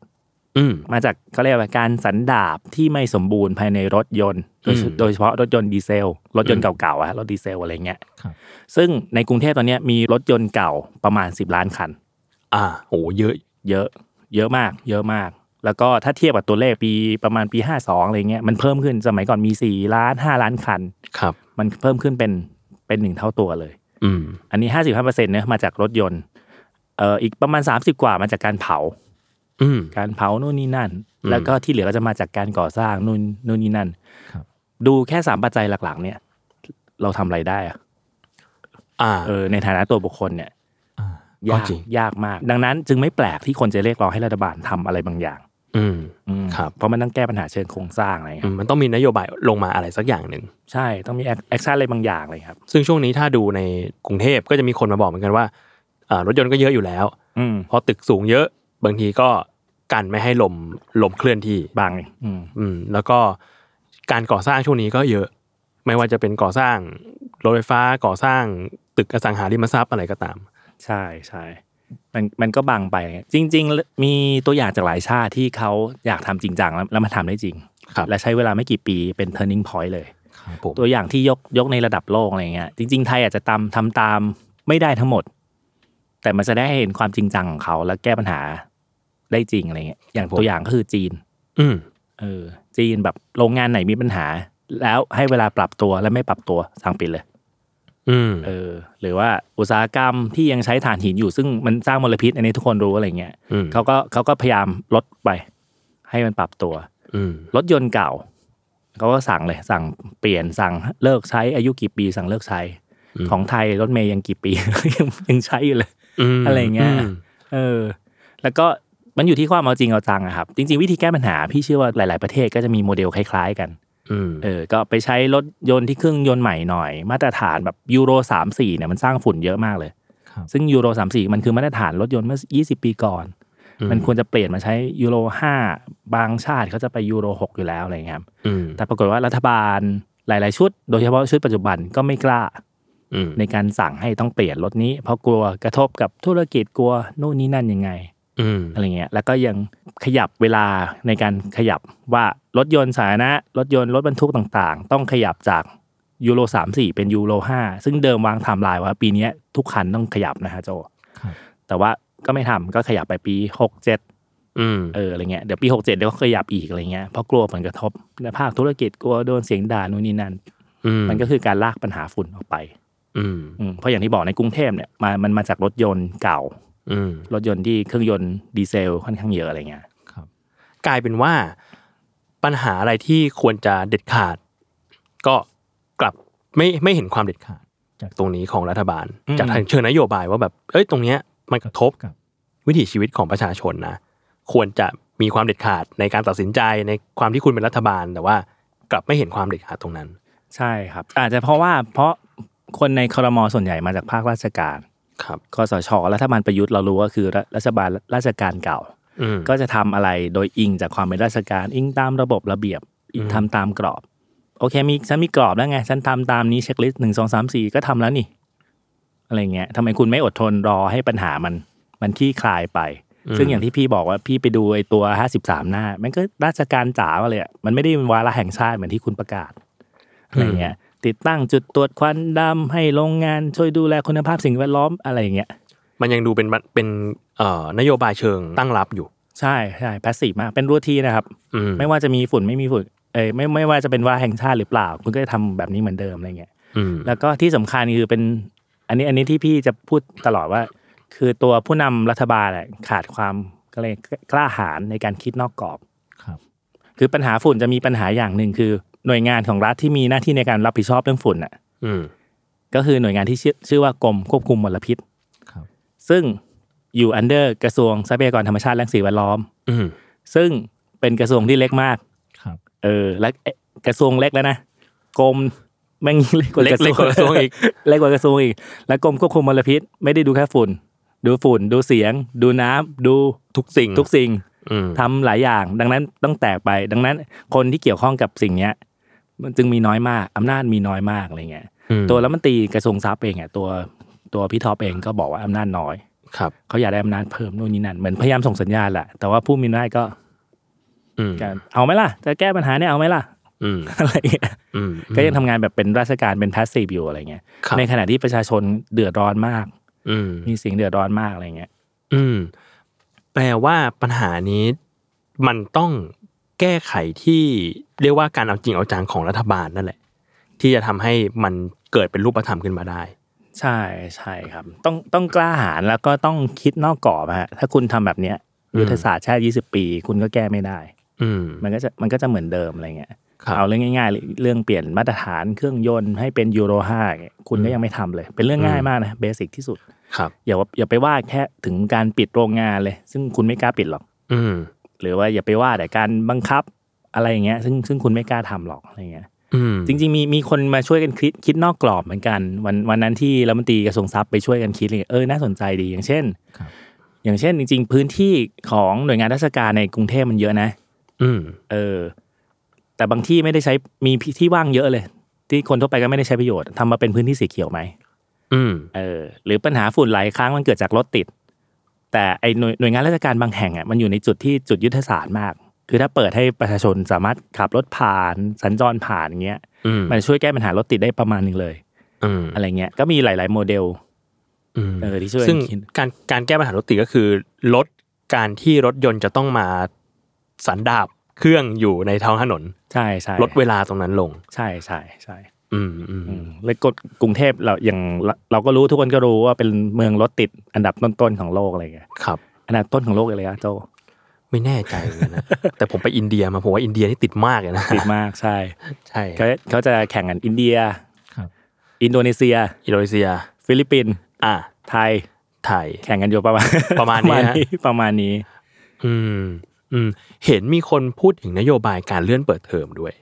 S3: อืม
S5: มาจากเขาเรียกว่าการสันดาบที่ไม่สมบูรณ์ภายในรถยนต์ โดยเฉ
S3: อืม
S5: โดยเฉพาะรถยนต์ดีเซล รถยนต์
S3: อืม
S5: เก่าๆอะรถดีเซลอะไรเงี้ย
S6: ครับ
S5: ซึ่งในกรุงเทพตอนเนี้ยมีรถยนต์เก่าประมาณ 10 ล้านคัน
S3: อ่าโอ้เยอะ
S5: เยอะ เยอะมาก เยอะมาก แล้วก็ถ้าเทียบกับตัวเลขปีประมาณปี 52อะไรเงี้ยมันเพิ่มขึ้นสมัยก่อนมี 4 ล้าน 5 ล้านคัน
S3: ครับ
S5: มันเพิ่มขึ้นเป็นเป็นหนึ่งเท่าตัวเลย
S3: อืม
S5: อันนี้ 55เปอร์เซ็นต์เนี่ยมาจากรถยนต์เอ่ออีกประมาณ 30 กว่ามาจากการเผา
S3: อืม
S5: การเผานู่นนี่นั่น
S3: อืม
S5: แล้วก็ที่เหลือก็จะมาจากการก่อสร้างนู่นนู่นนี่นั่น
S6: ครับ
S5: ดูแค่สามปัจจัยหลักๆ เนี่ย เราทำอะไรได้อะ
S3: อ่า
S5: เออในฐานะตัวบุคคลเนี่ย
S6: อ่า
S3: ก็
S5: ยาก
S3: จริง
S5: ยากมาก ดังนั้นจึงไม่แปลกที่คนจะเรียกร้องให้รัฐบาลทำอะไรบางอย่าง
S3: อืม
S5: อืม
S3: ครับ
S5: เพราะมันต้องแก้ปัญหาเชิงโครงสร้างอะไร
S3: อื
S5: เงี้ย
S3: มมันต้องมีนโยบายลงมาอะไรสักอย่างหนึ่ง
S5: ใช่ต้องมีแอคชั่นอะไรบางอย่างเลยครับ
S3: ซึ่งช่วงนี้ถ้าดูในกรุงเทพก็จะมีคนมาบอกเหมือนกันว่าอ่ารถยนต์ก็เยอะอยู่แล้ว
S5: อืม
S3: พอตึกสูงเยอะ บางทีก็กันไม่ให้ลมลมเคลื่อนที่
S5: บางเลยอืม
S3: อืม แล้วก็การก่อสร้างช่วงนี้ก็เยอะ ไม่ว่าจะเป็นก่อสร้างรถไฟฟ้าก่อสร้างตึกอสังหาริมทรัพย์อะไรก็ตาม
S5: ใช่ใช่มันมันก็บางไปจริง ๆ มีตัวอย่างจากหลายชาติที่เขาอยากทำจริงจังแล้วแล้วมาทำได้จริง
S3: ครับ
S5: และใช้เวลาไม่กี่ปีเป็น turning point เลย
S3: ครับผม
S5: ตัวอย่างที่ยกยกในระดับโลกอะไรเงี้ยจริง ๆ ไทยอาจจะตามทำตามไม่ได้ทั้งหมด แต่มันจะได้เห็นความจริงจังของเขาและแก้ปัญหาได้จริงอะไรเงี้ยอย่าง
S3: ครับผม
S5: ตัวอย่างก็คือจีน
S3: อืม
S5: เออจีนแบบโรงงานไหนมีปัญหา แล้วให้เวลาปรับตัวและไม่ปรับตัวสั่งปิดเลย
S3: อืม
S5: เออหรือว่าอุตสาหกรรมที่ยังใช้ถ่านหินอยู่ซึ่งมันสร้างมลพิษอันนี้ทุกคนรู้อะไรเงี้ย
S3: อืม
S5: เขาก็เขาก็พยายามลดไป ให้มันปรับตัว
S3: อืม
S5: รถยนต์เก่าเขาก็สั่งเลยสั่งเปลี่ยนสั่งเลิกใช้อายุกี่ปี สั่งเลิกใช้
S3: อืม
S5: ของไทยรถเมย์ยังกี่ปี ยังยังใช้อยู่เลย
S3: ม
S5: อะไรเงี้ย
S3: ม
S5: เออ แล้วก็มันอยู่ที่ความเอาจริงเอาจังอะครับ จริง ๆ วิธีแก้ปัญหาพี่เชื่อว่าหลาย ๆ ประเทศก็จะมีโมเดลคล้าย ๆ กัน
S3: อืม
S5: เออก็ไปใช้รถยนต์ที่เครื่องยนต์ใหม่หน่อย มาตรฐานแบบยูโร3 4เนี่ยมันสร้างฝุ่นเยอะมากเลย
S6: ครับ
S5: ซึ่งยูโร3 4มันคือมาตรฐานรถยนต์เมื่อ 20 ปีก่อน มันควรจะเปลี่ยนมาใช้ยูโร5บางชาติเขาจะไปยูโร6อยู่แล้วอะไรเงี้ยครับ
S3: อืม
S5: แต่ปรากฏว่ารัฐบาลหลาย ๆ ชุด โดยเฉพาะชุดปัจจุบันก็ไม่กล้า
S3: อืม
S5: ในการสั่งให้ต้องเปลี่ยนรถนี้ เพราะกลัวกระทบกับธุรกิจกลัวนู่นนี่นั่นยังไง
S3: อืม
S5: อะไรเงี้ยแล้วก็ยังขยับเวลาในการขยับว่ารถยนต์สาธารณะรถยนต์รถบรรทุกต่างๆ ต้องขยับจากยูโร3 4 เป็นยูโร5ซึ่งเดิมวางไทม์ไลน์ว่าปีเนี้ยทุกคันต้องขยับนะฮะโจ
S6: ครับ
S5: แต่ว่าก็ไม่ทำก็ขยับไปปี 6 7
S3: อืม
S5: เอออะไรเงี้ยเดี๋ยวปีหกเจ็ดเดี๋ยวก็ขยับอีกอะไรเงี้ยเพราะกลัวผลกระทบในภาคธุรกิจกลัวโดนเสียงด่านู่นนี่นั่น
S3: อืม
S5: มันก็คือการลากปัญหาฝุ่นออกไป
S3: อืม
S5: อืมเพราะอย่างที่บอกในกรุงเทพเนี่ยมามันมาจากรถยนต์เก่า
S3: อืม
S5: รถยนต์ที่เครื่องยนต์ดีเซลค่อนข้างเยอะอะไรเงี้ย
S3: กลายเป็นว่าปัญหาอะไรที่ควรจะเด็ดขาด ก็กลับไม่ไม่เห็นความเด็ดขาด จากตรงนี้ของรัฐบาล จากทางเชิงนโยบายว่าแบบเอ้ยตรงเนี้ยมันกระทบ
S6: ครับ
S3: วิถีชีวิตของประชาชนนะควรจะมีความเด็ดขาดในการตัดสินใจในความที่คุณเป็นรัฐบาล แต่ว่ากลับไม่เห็นความเด็ดขาดตรงนั้น
S5: ใช่ครับ อาจจะเพราะว่าเพราะคนในคอรมอส่วนใหญ่มาจากภาคราชการ
S3: ครับ
S5: คอสชรัฐบาลประยุทธ์เรารู้ว่าคือรัฐรัฐบาลราชการเก่า
S3: อืม
S5: ก็จะทำอะไรโดยอิงจากความเป็นราชการ อิงตามระบบระเบียบอิง
S3: อืม
S5: ทำตามกรอบ โอเคมีฉันมีกรอบแล้วไง ฉันทำตามนี้เช็คลิสต์หนึ่งสองสามสี่ก็ทำแล้วนี่ อะไรเงี้ยทำไมคุณไม่อดทนรอให้ปัญหามัน มันที่คลายไป ซึ่งอย่างที่พี่บอกว่าพี่ไปดูไอ้ตัวห้าสิบสามหน้า มันก็ราชการจ๋ามาเลยอะมันไม่ได้เป็นวาระแห่งชาติเหมือนที่คุณประกาศอะไรเงี้ย ติดตั้งจุดตรวจควันดำให้โรงงานช่วยดูแลคุณภาพสิ่งแวดล้อมอะไรเงี้ย
S3: มันยังดูเป็นเป็นเอ่อนโยบายเชิงตั้งรับอยู่
S5: ใช่ใช่พาสซีฟมากเป็นรูทีนะครับ
S3: อืม
S5: ไม่ว่าจะมีฝุ่นไม่มีฝุ่น เอ้ยไม่ไม่ว่าจะเป็นว่าแห่งชาติหรือเปล่า คุณก็จะทำแบบนี้เหมือนเดิมอะไรเงี้ย
S3: อืม
S5: แล้วก็ที่สำคัญคือเป็น อันนี้อันนี้ที่พี่จะพูดตลอดว่า คือตัวผู้นำรัฐบาลอะขาดความก็เลยกล้าหาญในการคิดนอกกรอบ
S6: ครับ
S5: คือปัญหาฝุ่นจะมีปัญหาอย่างหนึ่งคือ หน่วยงานของรัฐที่มีหน้าที่ในการรับผิดชอบเรื่องฝุ่นอ่ะ
S3: อืม
S5: ก็คือหน่วยงานที่ชื่อชื่อว่ากรมควบคุมมลพิษ
S6: ครับ
S5: ซึ่งอยู่อันเดอร์กระทรวงทรัพยากรธรรมชาติและสิ่งแวดล้อม
S3: อืม
S5: ซึ่งเป็นกระทรวงที่เล็กมาก
S6: ครับ
S5: เออและเอ๊ะกระทรวงเล็กแล้วนะกรมแม่ง เล็กกว่า
S3: เล็ก
S5: กระทรวง
S3: เล็กกว่ากระทรวงอีก
S5: เล็กกว่ากระทรวงอีก และกรมควบคุมมลพิษไม่ได้ดูแค่ฝุ่น ดูฝุ่น ดูเสียง ดูน้ำดู
S3: ทุกสิ่ง
S5: ทุกสิ่ง
S3: อืม
S5: ทำหลายอย่าง ดังนั้นต้องแตกไป ดังนั้นคนที่เกี่ยวข้องกับสิ่งเนี้ย มันจึงมีน้อยมากอำนาจมีน้อยมากอะไรเงี้ย
S3: อืม
S5: ตัวรัฐมนตรีกระทรวงทรัพย์เองอ่ะตัวตัวพี่ท็อปเองก็บอกว่าอำนาจน้อย
S3: ครับ
S5: เขาอยากได้อำนาจเพิ่มนู่นนี่นั่นเหมือนพยายามส่งสัญญาณแหละแต่ว่าผู้มีอำนาจก็
S3: อืม
S5: ก็เอาไหมล่ะ จะแก้ปัญหาเนี่ยเอาไหมล่ะ
S3: อืม
S5: อะไรเงี้ย
S3: อืม
S5: ก็ยังทำงานแบบเป็นราชการเป็นพาสซีฟอยู่อะไรเงี้ย
S3: ครับ
S5: ในขณะที่ประชาชนเดือดร้อนมาก
S3: อืม
S5: มีเสียงเดือดร้อนมากอะไรเงี้ย
S3: อืม แปลว่าปัญหานี้มันต้องแก้ไขที่เรียกว่าการเอาจริงเอาจังของรัฐบาลนั่นแหละ ที่จะทำให้มันเกิดเป็นรูปธรรมขึ้นมาได้
S5: ใช่ใช่ครับ ต้องต้องกล้าหาญแล้วก็ต้องคิดนอกกรอบฮะถ้าคุณทำแบบเนี้ยยุทธศาสตร์ชาติ 20 ปี คุณก็แก้ไม่ได้
S3: อืม
S5: มันก็จะมันก็จะเหมือนเดิมอะไรเงี้ย
S3: ครับ
S5: เอาเรื่องง่ายๆเลยเรื่องเปลี่ยนมาตรฐานเครื่องยนต์ให้เป็นยูโร5คุณก็ยังไม่ทำเลย เป็นเรื่องง่ายมากนะเบสิกที่สุด
S3: ครับ
S5: อย่าว่าอย่าไปว่าแค่ถึงการปิดโรงงานเลย ซึ่งคุณไม่กล้าปิดหรอก
S3: อืม
S5: หรือว่าอย่าไปว่าแต่การบังคับอะไรอย่างเงี้ยซึ่งซึ่งคุณไม่กล้าทำหรอกอะไรเงี้ย
S3: อืม
S5: จริงๆมีมีคนมาช่วยกันคิดคิดนอกกรอบเหมือนกัน วันวันนั้นที่รัฐมนตรีกระทรวงทรัพย์ไปช่วยกันคิดเลยเออน่าสนใจดีอย่างเช่น อย่างเช่น จริง ๆ พื้นที่ของหน่วยงานราชการในกรุงเทพมันเยอะนะ
S3: อืม
S5: เออ แต่บางที่ไม่ได้ใช้มีที่ว่างเยอะเลย ที่คนทั่วไปก็ไม่ได้ใช้ประโยชน์ทำมาเป็นพื้นที่สีเขียวไหม
S3: อืม
S5: เออหรือปัญหาฝุ่นหลายครั้งมันเกิดจากรถติด แต่ไอหน่วยหน่วยงานราชการบางแห่งอ่ะมันอยู่ในจุดที่จุดยุทธศาสตร์มาก คือถ้าเปิดให้ประชาชนสามารถขับรถผ่าน สัญจรผ่านเงี้ย
S3: อืม
S5: มันช่วยแก้ปัญหารถติดได้ประมาณหนึงเลย
S3: อืม
S5: อะไรเงี้ยก็มีหลาย ๆ โมเดล
S3: อืม
S5: เออที่ช่วย
S3: ซึ่ง
S5: คิด
S3: การการแก้ปัญหารถติดก็คือลดการที่รถยนต์จะต้องมาสันดาบเครื่องอยู่ในท้องถนน
S5: ใช่ใช่
S3: ลดเวลาตรงนั้นลง
S5: ใช่ใช่ใช่
S3: อืมอืม
S5: อืมแล้วกฎกรุงเทพเราอย่างเราเราก็รู้ทุกคนก็รู้ว่าเป็นเมืองรถติดอันดับต้นๆของโลกอะไรเงี้ย
S3: ครับ
S5: อันดับต้นของโลกเลยนะโจ
S3: ไม่แน่ใจเหมือนกันนะ แต่ผมไปอินเดียมาผมว่าอินเดียนี่ติดมากเลยนะ
S5: ติดม ากใช่
S3: ใช่
S5: เขาเขาจะแข่งกันอินเดียอินโดนีเซีย
S3: อินโดนีเซีย
S5: ฟิลิปปินส์
S3: อ่ะ
S5: ไทย
S3: ไทย
S5: แข่งกันอยู่ประมาณ
S3: ประมาณนี้ฮะ
S5: ประมาณนี้
S3: อืมอืมเห็นมีคนพูดถึงนโยบายการเลื่อนเปิดเทอมด้วย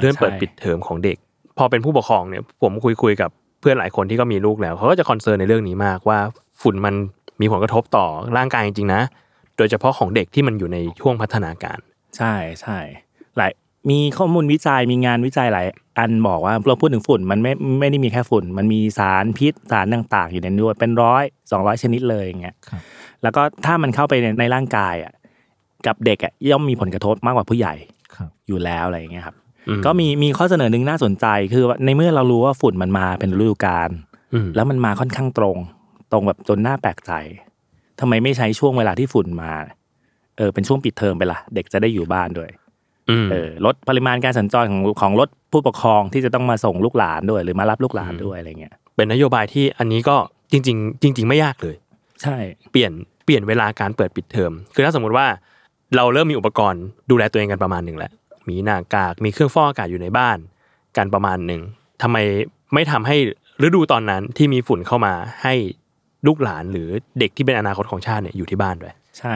S3: เลื่อนเปิดปิดเทอมของเด็ก พอเป็นผู้ปกครองเนี่ยผมคุยคุยกับเพื่อนหลายคนที่ก็มีลูกแล้วเขาก็จะคอนเซิร์นในเรื่องนี้มากว่าฝุ่นมันมีผลกระทบต่อร่างกายจริงๆนะ โดยเฉพาะของเด็กที่มันอยู่ในช่วงพัฒนาการ
S5: ใช่ใช่หลายมีข้อมูลวิจัยมีงานวิจัยหลายอันบอกว่าเราพูดถึงฝุ่นมันไม่ไม่ได้มีแค่ฝุ่น มันมีสารพิษสารต่าง ๆ อยู่ในนี้ด้วยเป็นร้อยสองร้อยชนิดเลยอย่างเงี้ยแล้วก็ถ้ามันเข้าไปในในร่างกายอ่ะกับเด็กอ่ะย่อมมีผลกระทบมากกว่าผู้ใหญ่อยู่แล้วอะไรอย่างเงี้ยครับ
S3: อืม
S5: ก็มีมีข้อเสนอหนึ่งน่าสนใจคือว่าในเมื่อเรารู้ว่าฝุ่นมันมาเป็นฤดูกาล
S3: อืม
S5: แล้วมันมาค่อนข้างตรง ตรงแบบจนน่าแปลกใจทำไมไม่ใช้ช่วงเวลาที่ฝุ่นมา เออเป็นช่วงปิดเทอมไปละเด็กจะได้อยู่บ้านด้วย
S3: อืม
S5: เออลดปริมาณการสัญจรของของรถผู้ปกครองที่จะต้องมาส่งลูกหลานด้วย หรือมารับลูกหลานด้วยอะไรเงี้ย
S3: เป็นนโยบายที่อันนี้ก็จริง ๆ จริง ๆ ไม่ยากเลย
S5: ใช่
S3: เปลี่ยนเปลี่ยนเวลาการเปิดปิดเทอม คือถ้าสมมุติว่าเราเริ่มมีอุปกรณ์ดูแลตัวเองกันประมาณหนึ่งแล้ว มีหน้ากาก มีเครื่องฟอกอากาศอยู่ในบ้านกันประมาณหนึ่งทำไมไม่ทำให้ฤดูตอนนั้นที่มีฝุ่นเข้ามาให้ลูกหลานหรือเด็กที่เป็นอนาคตของชาติเนี่ยอยู่ที่บ้านด้วย
S5: ใช่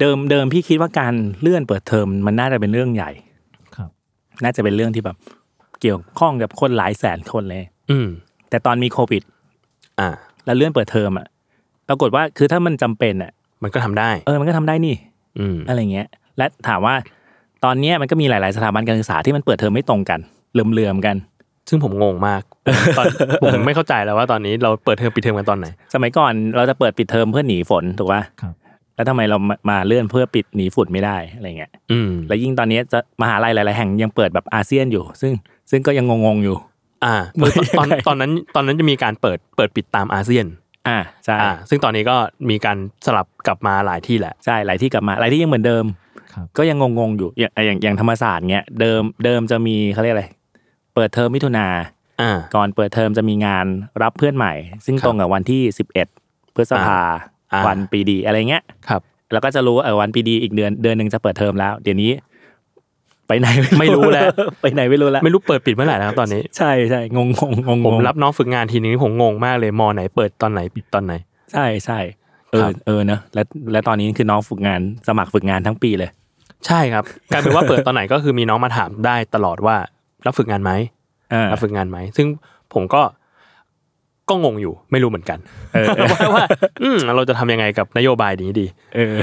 S5: เดิมเดิมพี่คิดว่าการเลื่อนเปิดเทอมมันน่าจะเป็นเรื่องใหญ่
S3: ครับ
S5: น่าจะเป็นเรื่องที่แบบเกี่ยวข้องกับคนหลายแสนคนเลย
S3: อืม
S5: แต่ตอนมีโควิด
S3: อ่า
S5: แล้วเลื่อนเปิดเทอมอ่ะปรากฏว่าคือถ้ามันจำเป็นอ่ะ
S3: มันก็ทำได้
S5: เออมันก็ทำได้นี่
S3: อืม
S5: อะไรเงี้ย และถามว่าตอนเนี้ยมันก็มีหลาย ๆ สถาบันการศึกษาที่มันเปิดเทอมไม่ตรงกันเหลื่อมๆกัน
S3: ซึ่งผมงงมากตอน ผมไม่เข้าใจแล้วว่าตอนนี้เราเปิดเทอมปิดเทอมกันตอนไหน
S5: สมัยก่อนเราจะเปิดปิดเทอมเพื่อหนีฝนถูกป่ะแล้วทำไมเรามามาเลื่อนเพื่อปิดหนีฝุ่นไม่ได้อะไรเงี้ย
S3: อืม
S5: และยิ่งตอนเนี้ยจะมหาลัยหลาย ๆ แห่งยังเปิดแบบอาเซียนอยู่ ซึ่งซึ่งก็ยังงง ๆ อยู่
S3: อ่าคือตอนตอนตอนนั้นตอนนั้นจะมีการเปิดเปิดปิดตามอาเซียน
S5: อ่าใช่
S3: อ่าซึ่งตอนนี้ก็มีการสลับกลับมาหลายที่แหละ
S5: ใช่หลายที่กลับมาหลายที่ยังเหมือนเดิม ก็ยังงง ๆ อยู่อย่างอย่างอย่างธรรมศาสตร์เงี้ยเดิมเดิมจะมีเขาเรียกอะไรเปิดเทอมมิถุนา
S3: อ่า
S5: ก่อนเปิดเทอมจะมีงานรับเพื่อนใหม่ ซึ่ง
S3: ครับ
S5: ตรงกับวันที่ 11 พฤษภา
S3: อ่า
S5: วันปีดีอะไรเงี้ย
S3: ครับ
S5: เราก็จะรู้ว่าเออวันปีดีอีกเดือนเดือนหนึ่งจะเปิดเทอมแล้ว เดี๋ยวนี้ ไปไหน
S3: ไม่รู้แล้ว
S5: ไปไหนไม่รู้แล้ว
S3: ไม่รู้เปิดปิดเมื่อไหร่นะครับตอนนี้
S5: ใช่ใช่งงงงงง
S3: ผมรับน้องฝึกงานทีนึงนี่ผมงงมากเลยมอไหนเปิดตอนไหนปิดตอนไหน
S5: ใช่ใช่เอ
S3: ครั
S5: อบ เออเนอะและและตอนนี้คือน้องฝึกงานสมัครฝึกงานทั้งปีเลย
S3: ใช่ครับ กลายเป็นว่าเปิดตอนไหนก็คือมีน้องมาถามได้ตลอดว่ารับฝึกงานไหม
S5: อ่า
S3: รับฝึกงานไหมซึ่งผมก็ ก็งงอยู่ไม่รู้เหมือนกัน
S5: เออ
S3: ว่าว่าอืมเราจะทำยังไงกับนโยบายนี้ดี
S5: เออ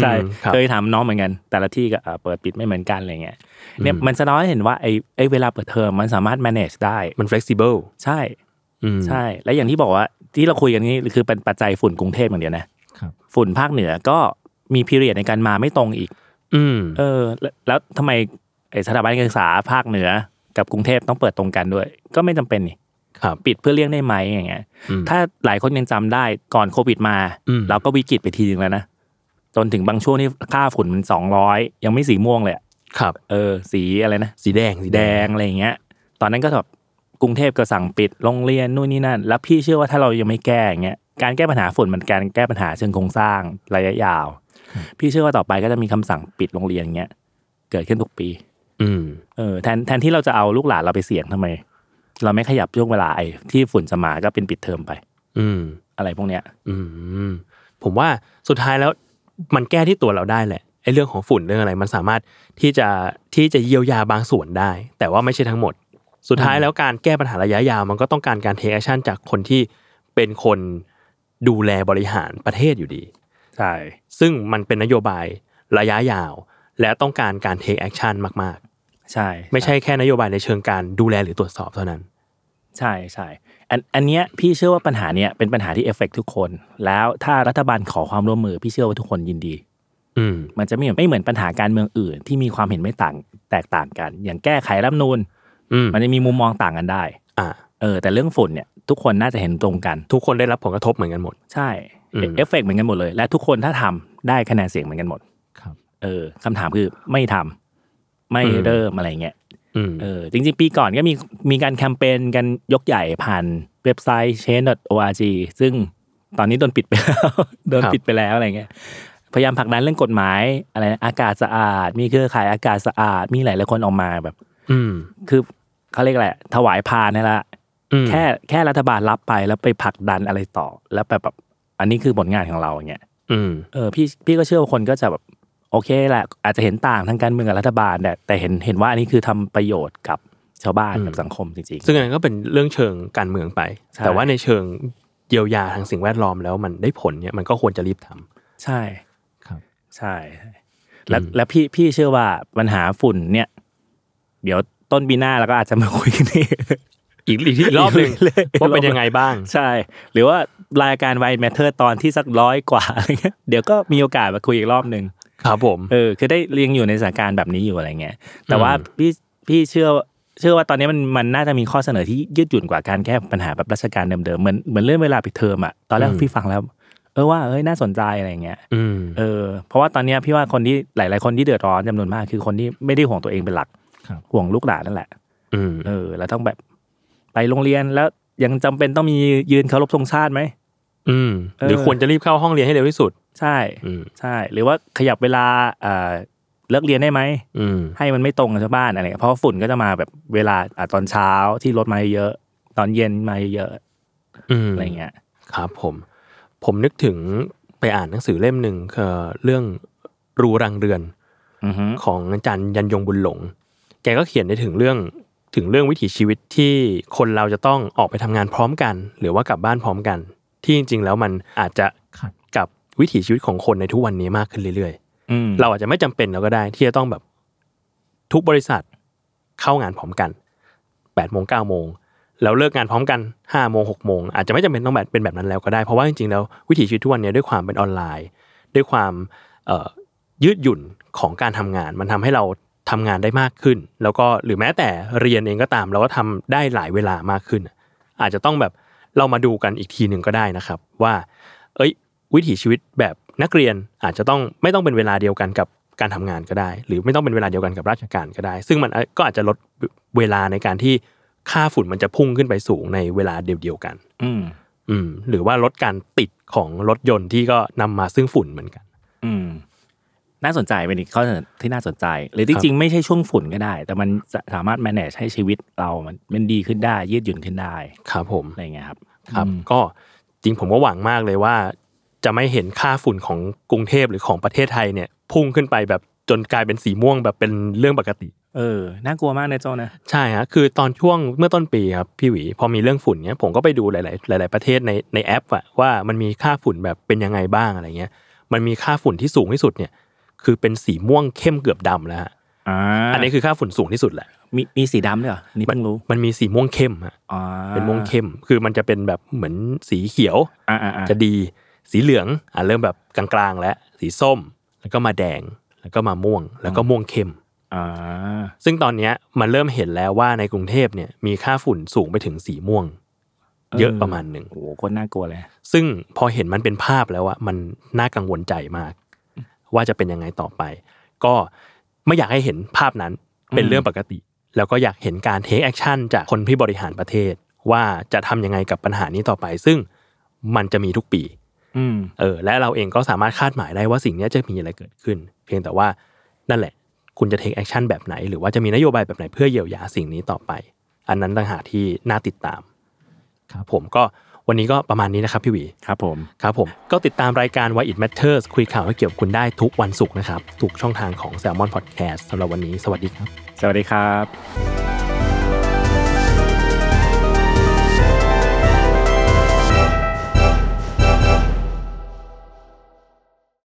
S5: ใช่
S3: อืมครับ
S5: เคยถามน้องเหมือนกัน แต่ละที่ก็เอ่อเปิดปิดไม่เหมือนกันอะไรเงี้ยเนี่ยมันสะท้อนให้เห็นว่าไอ้ไอ้เวลาเปิดเทอมมันสามารถ manage ได้
S3: มัน flexible
S5: ใช่
S3: อืม
S5: ใช่ และอย่างที่บอกว่าที่เราคุยกันนี่คือเป็นปัจจัยฝุ่นกรุงเทพอย่างเดียวนะครับ ฝุ่นภาคเหนือก็มีพีเรียดในการมาไม่ตรงอีก
S3: อืม
S5: เออ แล้วแล้วทำไมไอ้สถาบันการศึกษาภาคเหนือกับกรุงเทพต้องเปิดตรงกันด้วย ก็ไม่จำเป็นนี่
S3: ครับ
S5: ปิดเพื่อเลี่ยงได้ไหมอย่างเงี้ย
S3: อืม
S5: ถ้าหลายคนยังจำได้ก่อนโควิดมา
S3: อืม
S5: เราก็วิกฤตไปทีนึงแล้วนะ จนถึงบางช่วงที่ค่าฝุ่นมันสองร้อยยังไม่สีม่วงเลยอะ
S3: ครับ
S5: เออ สีอะไรนะ
S3: สีแดงสี
S5: แดงอะไรอย่างเงี้ย ตอนนั้นก็แบบกรุงเทพก็สั่งปิดโรงเรียนนู่นนี่นั่น แล้วพี่เชื่อว่าถ้าเรายังไม่แก้อย่างเงี้ย การแก้ปัญหาฝุ่นมันการแก้ปัญหาเชิงโครงสร้างระยะยาว พี่เชื่อว่าต่อไปก็จะมีคำสั่งปิดโรงเรียนเงี้ย เกิดขึ้นทุกปี
S3: อืม
S5: เออแทนแทนที่เราจะเอาลูกหลานเราไปเสี่ยงทำไม เราไม่ขยับช่วงเวลาไอ้ที่ฝุ่นจะมาก็เป็นปิดเทอมไป
S3: อืม
S5: อะไรพวกเนี้ย
S3: อืม ผมว่าสุดท้ายแล้วมันแก้ที่ตัวเราได้แหละไอ้เรื่องของฝุ่นเรื่องอะไรมันสามารถที่จะที่จะเยียวยาบางส่วนได้ แต่ว่าไม่ใช่ทั้งหมด สุดท้ายแล้วการแก้ปัญหาระยะยาวมันก็ต้องการการเทคแอคชั่นจากคนที่เป็นคนดูแลบริหารประเทศอยู่ดี
S5: ใช่
S3: ซึ่งมันเป็นนโยบายระยะยาว และต้องการการเทคแอคชั่นมาก
S5: ใช่
S3: ๆ ไม่ใช่แค่นโยบายในเชิงการดูแลหรือตรวจสอบเท่านั้น
S5: ใช่ใช่อันอันเนี้ยพี่เชื่อว่าปัญหาเนี้ยเป็นปัญหาที่เอฟเฟกทุกคน แล้วถ้ารัฐบาลขอความร่วมมือพี่เชื่อว่าทุกคนยินดี
S3: อืม
S5: มันจะไม่เหมือนไม่เหมือนปัญหาการเมืองอื่น ที่มีความเห็นไม่ต่างแตกต่างกัน อย่างแก้ไขรัฐธรรมนูน
S3: อืม
S5: มันจะมีมุมมองต่างกันได้
S3: อ่า
S5: เออแต่เรื่องฝุ่นเนี่ยทุกคนน่าจะเห็นตรงกัน
S3: ทุกคนได้รับผลกระทบเหมือนกันหมด
S5: ใช่
S3: อืม
S5: เอฟเฟกต์เหมือนกันหมดเลย และทุกคนถ้าทำได้คะแนนเสียงเหมือนกันหมด
S6: ครับ
S5: เออคำถามคือไม่ทำไม่เริ่มอะไรเงี้ย
S3: อืม
S5: เออจริงๆ ปีก่อนก็มีมีการแคมเปญกันยกใหญ่ผ่านเว็บไซต์ change.org ซึ่งตอนนี้โดนปิดไปแล้ว โดน
S3: ครับ
S5: ปิดไปแล้วอะไรเงี้ย พยายามผลักดันเรื่องกฎหมายอะไรนะอากาศสะอาด มีเครือข่ายอากาศสะอาด มีหลายหลายๆคนออกมาแบบ
S3: อืม
S5: คือเขาเรียกอะไรถวายพานนี่แหละ
S3: อืม
S5: แค่แค่รัฐบาลรับไปแล้วไปผลักดันอะไรต่อ แล้วแบบแบบอันนี้คือผลงานของเราอย่างเงี้ย
S3: อืม
S5: เออพี่พี่ก็เชื่อว่าคนก็จะแบบโอเคแหละอาจจะเห็นต่างทางการเมืองกับรัฐบาลแต่แต่เห็นเห็นว่าอันนี้คือทำประโยชน์กับชาวบ้าน
S3: อืม
S5: กับสังคมจริง
S3: ซึ่งอันนั้นก็เป็นเรื่องเชิงการเมืองไป
S5: ใช่
S3: แต่ว่าในเชิงเยียวยาทางสิ่งแวดล้อมแล้วมันได้ผลเนี่ยมันก็ควรจะรีบทำ
S5: ๆ ใช่
S6: ครับ
S5: ใช่ และและพี่พี่เชื่อว่าปัญหาฝุ่นเนี่ย เดี๋ยวต้นปีหน้าเราก็อาจจะมาคุยกันอีก
S3: อีก อีกอีกรอบหนึ่ง
S5: เรื่อยๆ
S3: ว่าเป็นยังไงบ้าง
S5: ใช่ หรือว่ารายการไวแมทเทอร์ตอนที่สักร้อยกว่าอะไรเงี้ยเดี๋ยวก็มีโอกาสมาคุยอีกรอบหนึ่ง
S3: ครับผม
S5: เออคือได้เรียงอยู่ในสถานการณ์แบบนี้อยู่อะไรเงี้ยแต่ว่า
S3: อืม
S5: พี่พี่เชื่อเชื่อว่าตอนนี้มันมันน่าจะมีข้อเสนอที่ยืดหยุ่นกว่าการแก้ปัญหาแบบราชการเดิมๆเหมือนเหมือนเรื่องเวลาปิดเทอมอะตอนแรกพี่ฟังแล้ว เออว่าเอ้ยน่าสนใจอะไรเงี้ย
S3: อืม
S5: เออเพราะว่าตอนเนี้ยพี่ว่าคนที่หลาย ๆ คนที่เดือดร้อนจำนวนมากคือคนที่ไม่ได้ห่วงตัวเองเป็นหลัก
S6: ครับ
S5: ห่วงลูกหลานนั่นแหละ
S3: อืม
S5: เออแล้วต้องแบบไปโรงเรียนแล้วยังจำเป็นต้องมียืนเคารพธงชาติไหม
S3: อืม
S5: เออ
S3: หรือควรจะรีบเข้าห้องเรียนให้เร็วที่สุด
S5: ใช่
S3: อืม
S5: ใช่ หรือว่าขยับเวลาเอ่อเลิกเรียนได้ไหม
S3: อืม
S5: ให้มันไม่ตรงกับชาวบ้านอะไรเงี้ยเพราะฝุ่นก็จะมาแบบเวลาอ่ะตอนเช้าที่รถมาเยอะตอนเย็นมาเยอะ
S3: อืม
S5: อะไรเงี้ย
S3: ครับผม ผมนึกถึงไปอ่านหนังสือเล่มหนึ่งเอ่อเรื่องรูรังเรือน
S5: อือฮึ
S3: ของอาจารย์ยันยงบุญหลง แกก็เขียนได้ถึงเรื่องถึงเรื่องวิถีชีวิตที่คนเราจะต้องออกไปทำงานพร้อมกัน หรือว่ากลับบ้านพร้อมกัน ที่จริง ๆ แล้วมันอาจจะขัดกับวิถีชีวิตของคนในทุกวันนี้มากขึ้นเรื่อย
S5: อืม
S3: ๆ เราอาจจะไม่จำเป็นแล้วก็ได้ ที่จะต้องแบบทุกบริษัทเข้างานพร้อมกัน8ปดโมงเก้าโมงแล้วเลิกงานพร้อมกัน5้าโมงหกโมงอาจจะไม่จำเป็นต้องแบบเป็นแบบนั้นแล้วก็ได้เพราะว่าจริงๆแล้ววิถีชีวิตทุกวันนี้ด้วยความเป็นออนไลน์ ด้วยความเอ่อ ยืดหยุ่นของการทำงานมันทำให้เราทำงานได้มากขึ้น แล้วก็หรือแม้แต่เรียนเองก็ตามเราก็ทำได้หลายเวลามากขึ้น อาจจะต้องแบบเรามาดูกันอีกทีหนึ่งก็ได้นะครับ ว่า เอ้ย วิถีชีวิตแบบนักเรียนอาจจะต้องไม่ต้องเป็นเวลาเดียวกันกับการทำงานก็ได้ หรือไม่ต้องเป็นเวลาเดียวกันกับราชการก็ได้ ซึ่งมันก็อาจจะลดเวลาในการที่ค่าฝุ่นมันจะพุ่งขึ้นไปสูงในเวลาเดียวๆกัน
S5: อืม
S3: อืมหรือว่าลดการติดของรถยนต์ที่ก็นำมาซึ่งฝุ่นเหมือนกัน
S5: อืมน่าสนใจเป็นอีกข้อเสนอที่น่าสนใจ หรือที่จริงๆไม่ใช่ช่วงฝุ่นก็ได้ แต่มันจะสามารถ manage ให้ชีวิตเรามันมันดีขึ้นได้ยืดหยุ่นขึ้นได้
S3: ครับผม
S5: อะไรเงี้ยครับ
S3: ครับก็จริงผมก็หวังมากเลยว่า จะไม่เห็นค่าฝุ่นของกรุงเทพหรือของประเทศไทยเนี่ย พุ่งขึ้นไปแบบจนกลายเป็นสีม่วงแบบเป็นเรื่องปกติ
S5: เออ น่ากลัวมากนะโจนะ
S3: ใช่ฮะคือตอนช่วงเมื่อต้นปีครับพี่หวีพอมีเรื่องฝุ่นเนี้ยผมก็ไปดูหลาย ๆ หลาย ๆ ประเทศในในแอปอะว่ามันมีค่าฝุ่นแบบเป็นยังไงบ้างอะไรเงี้ยมันมีค่าฝุ่นที่สูงที่สุดเนี่ยคือเป็นสีม่วงเข้มเกือบดำแล้วฮะ
S5: อ่า
S3: อันนี้คือค่าฝุ่นสูงที่สุดแหละ
S5: มีมีสีดำด้วยเหรอนี่
S3: มั
S5: เพิ่งรู้
S3: มันมีสีม่วงเข้มฮะ
S5: อ๋อ
S3: เป็นม่วงเข้ม คือมันจะเป็นแบบเหมือนสีเขียว
S5: อ่าอ่าอ่า
S3: จะดีสีเหลืองอ่ะเริ่มแบบกลางๆ แล้วสีส้ม แล้วก็มาแดงแล้วก็มาม่วง แล้วก็ม่วงเข้ม
S5: อ่า
S3: ซึ่งตอนเนี้ยมันเริ่มเห็นแล้วว่าในกรุงเทพเนี่ยมีค่าฝุ่นสูงไปถึงสีม่วง เยอะประมาณหนึ่ง
S5: โอ้โหโคตรน่ากลัวเลย
S3: ซึ่งพอเห็นมันเป็นภาพแล้วอะมันน่ากังวลใจมาก ว่าจะเป็นยังไงต่อไป ก็ไม่อยากให้เห็นภาพนั้นเป็นเรื่องปกติ แล้วก็อยากเห็นการเทคแอคชั่นจากคนที่บริหารประเทศ ว่าจะทำยังไงกับปัญหานี้ต่อไป ซึ่งมันจะมีทุกปี
S5: อืม
S3: เออและเราเองก็สามารถคาดหมายได้ว่าสิ่งเนี้ยจะมีอะไรเกิดขึ้น เพียงแต่ว่านั่นแหละ คุณจะเทคแอคชั่นแบบไหน หรือว่าจะมีนโยบายแบบไหนเพื่อเยียวยาสิ่งนี้ต่อไป อันนั้นต่างหากที่น่าติดตามครับผมก็วันนี้ก็ประมาณนี้นะครับพี่หวี
S5: ครับผม
S3: ครับผมก็ติดตามรายการ Why It Matters คุยข่าวให้เกี่ยวกับคุณได้ทุกวันศุกร์นะครับทุกช่องทางของ Salmon Podcast สำหรับวันนี้สวัสดีครับ
S5: สวัสดีครับ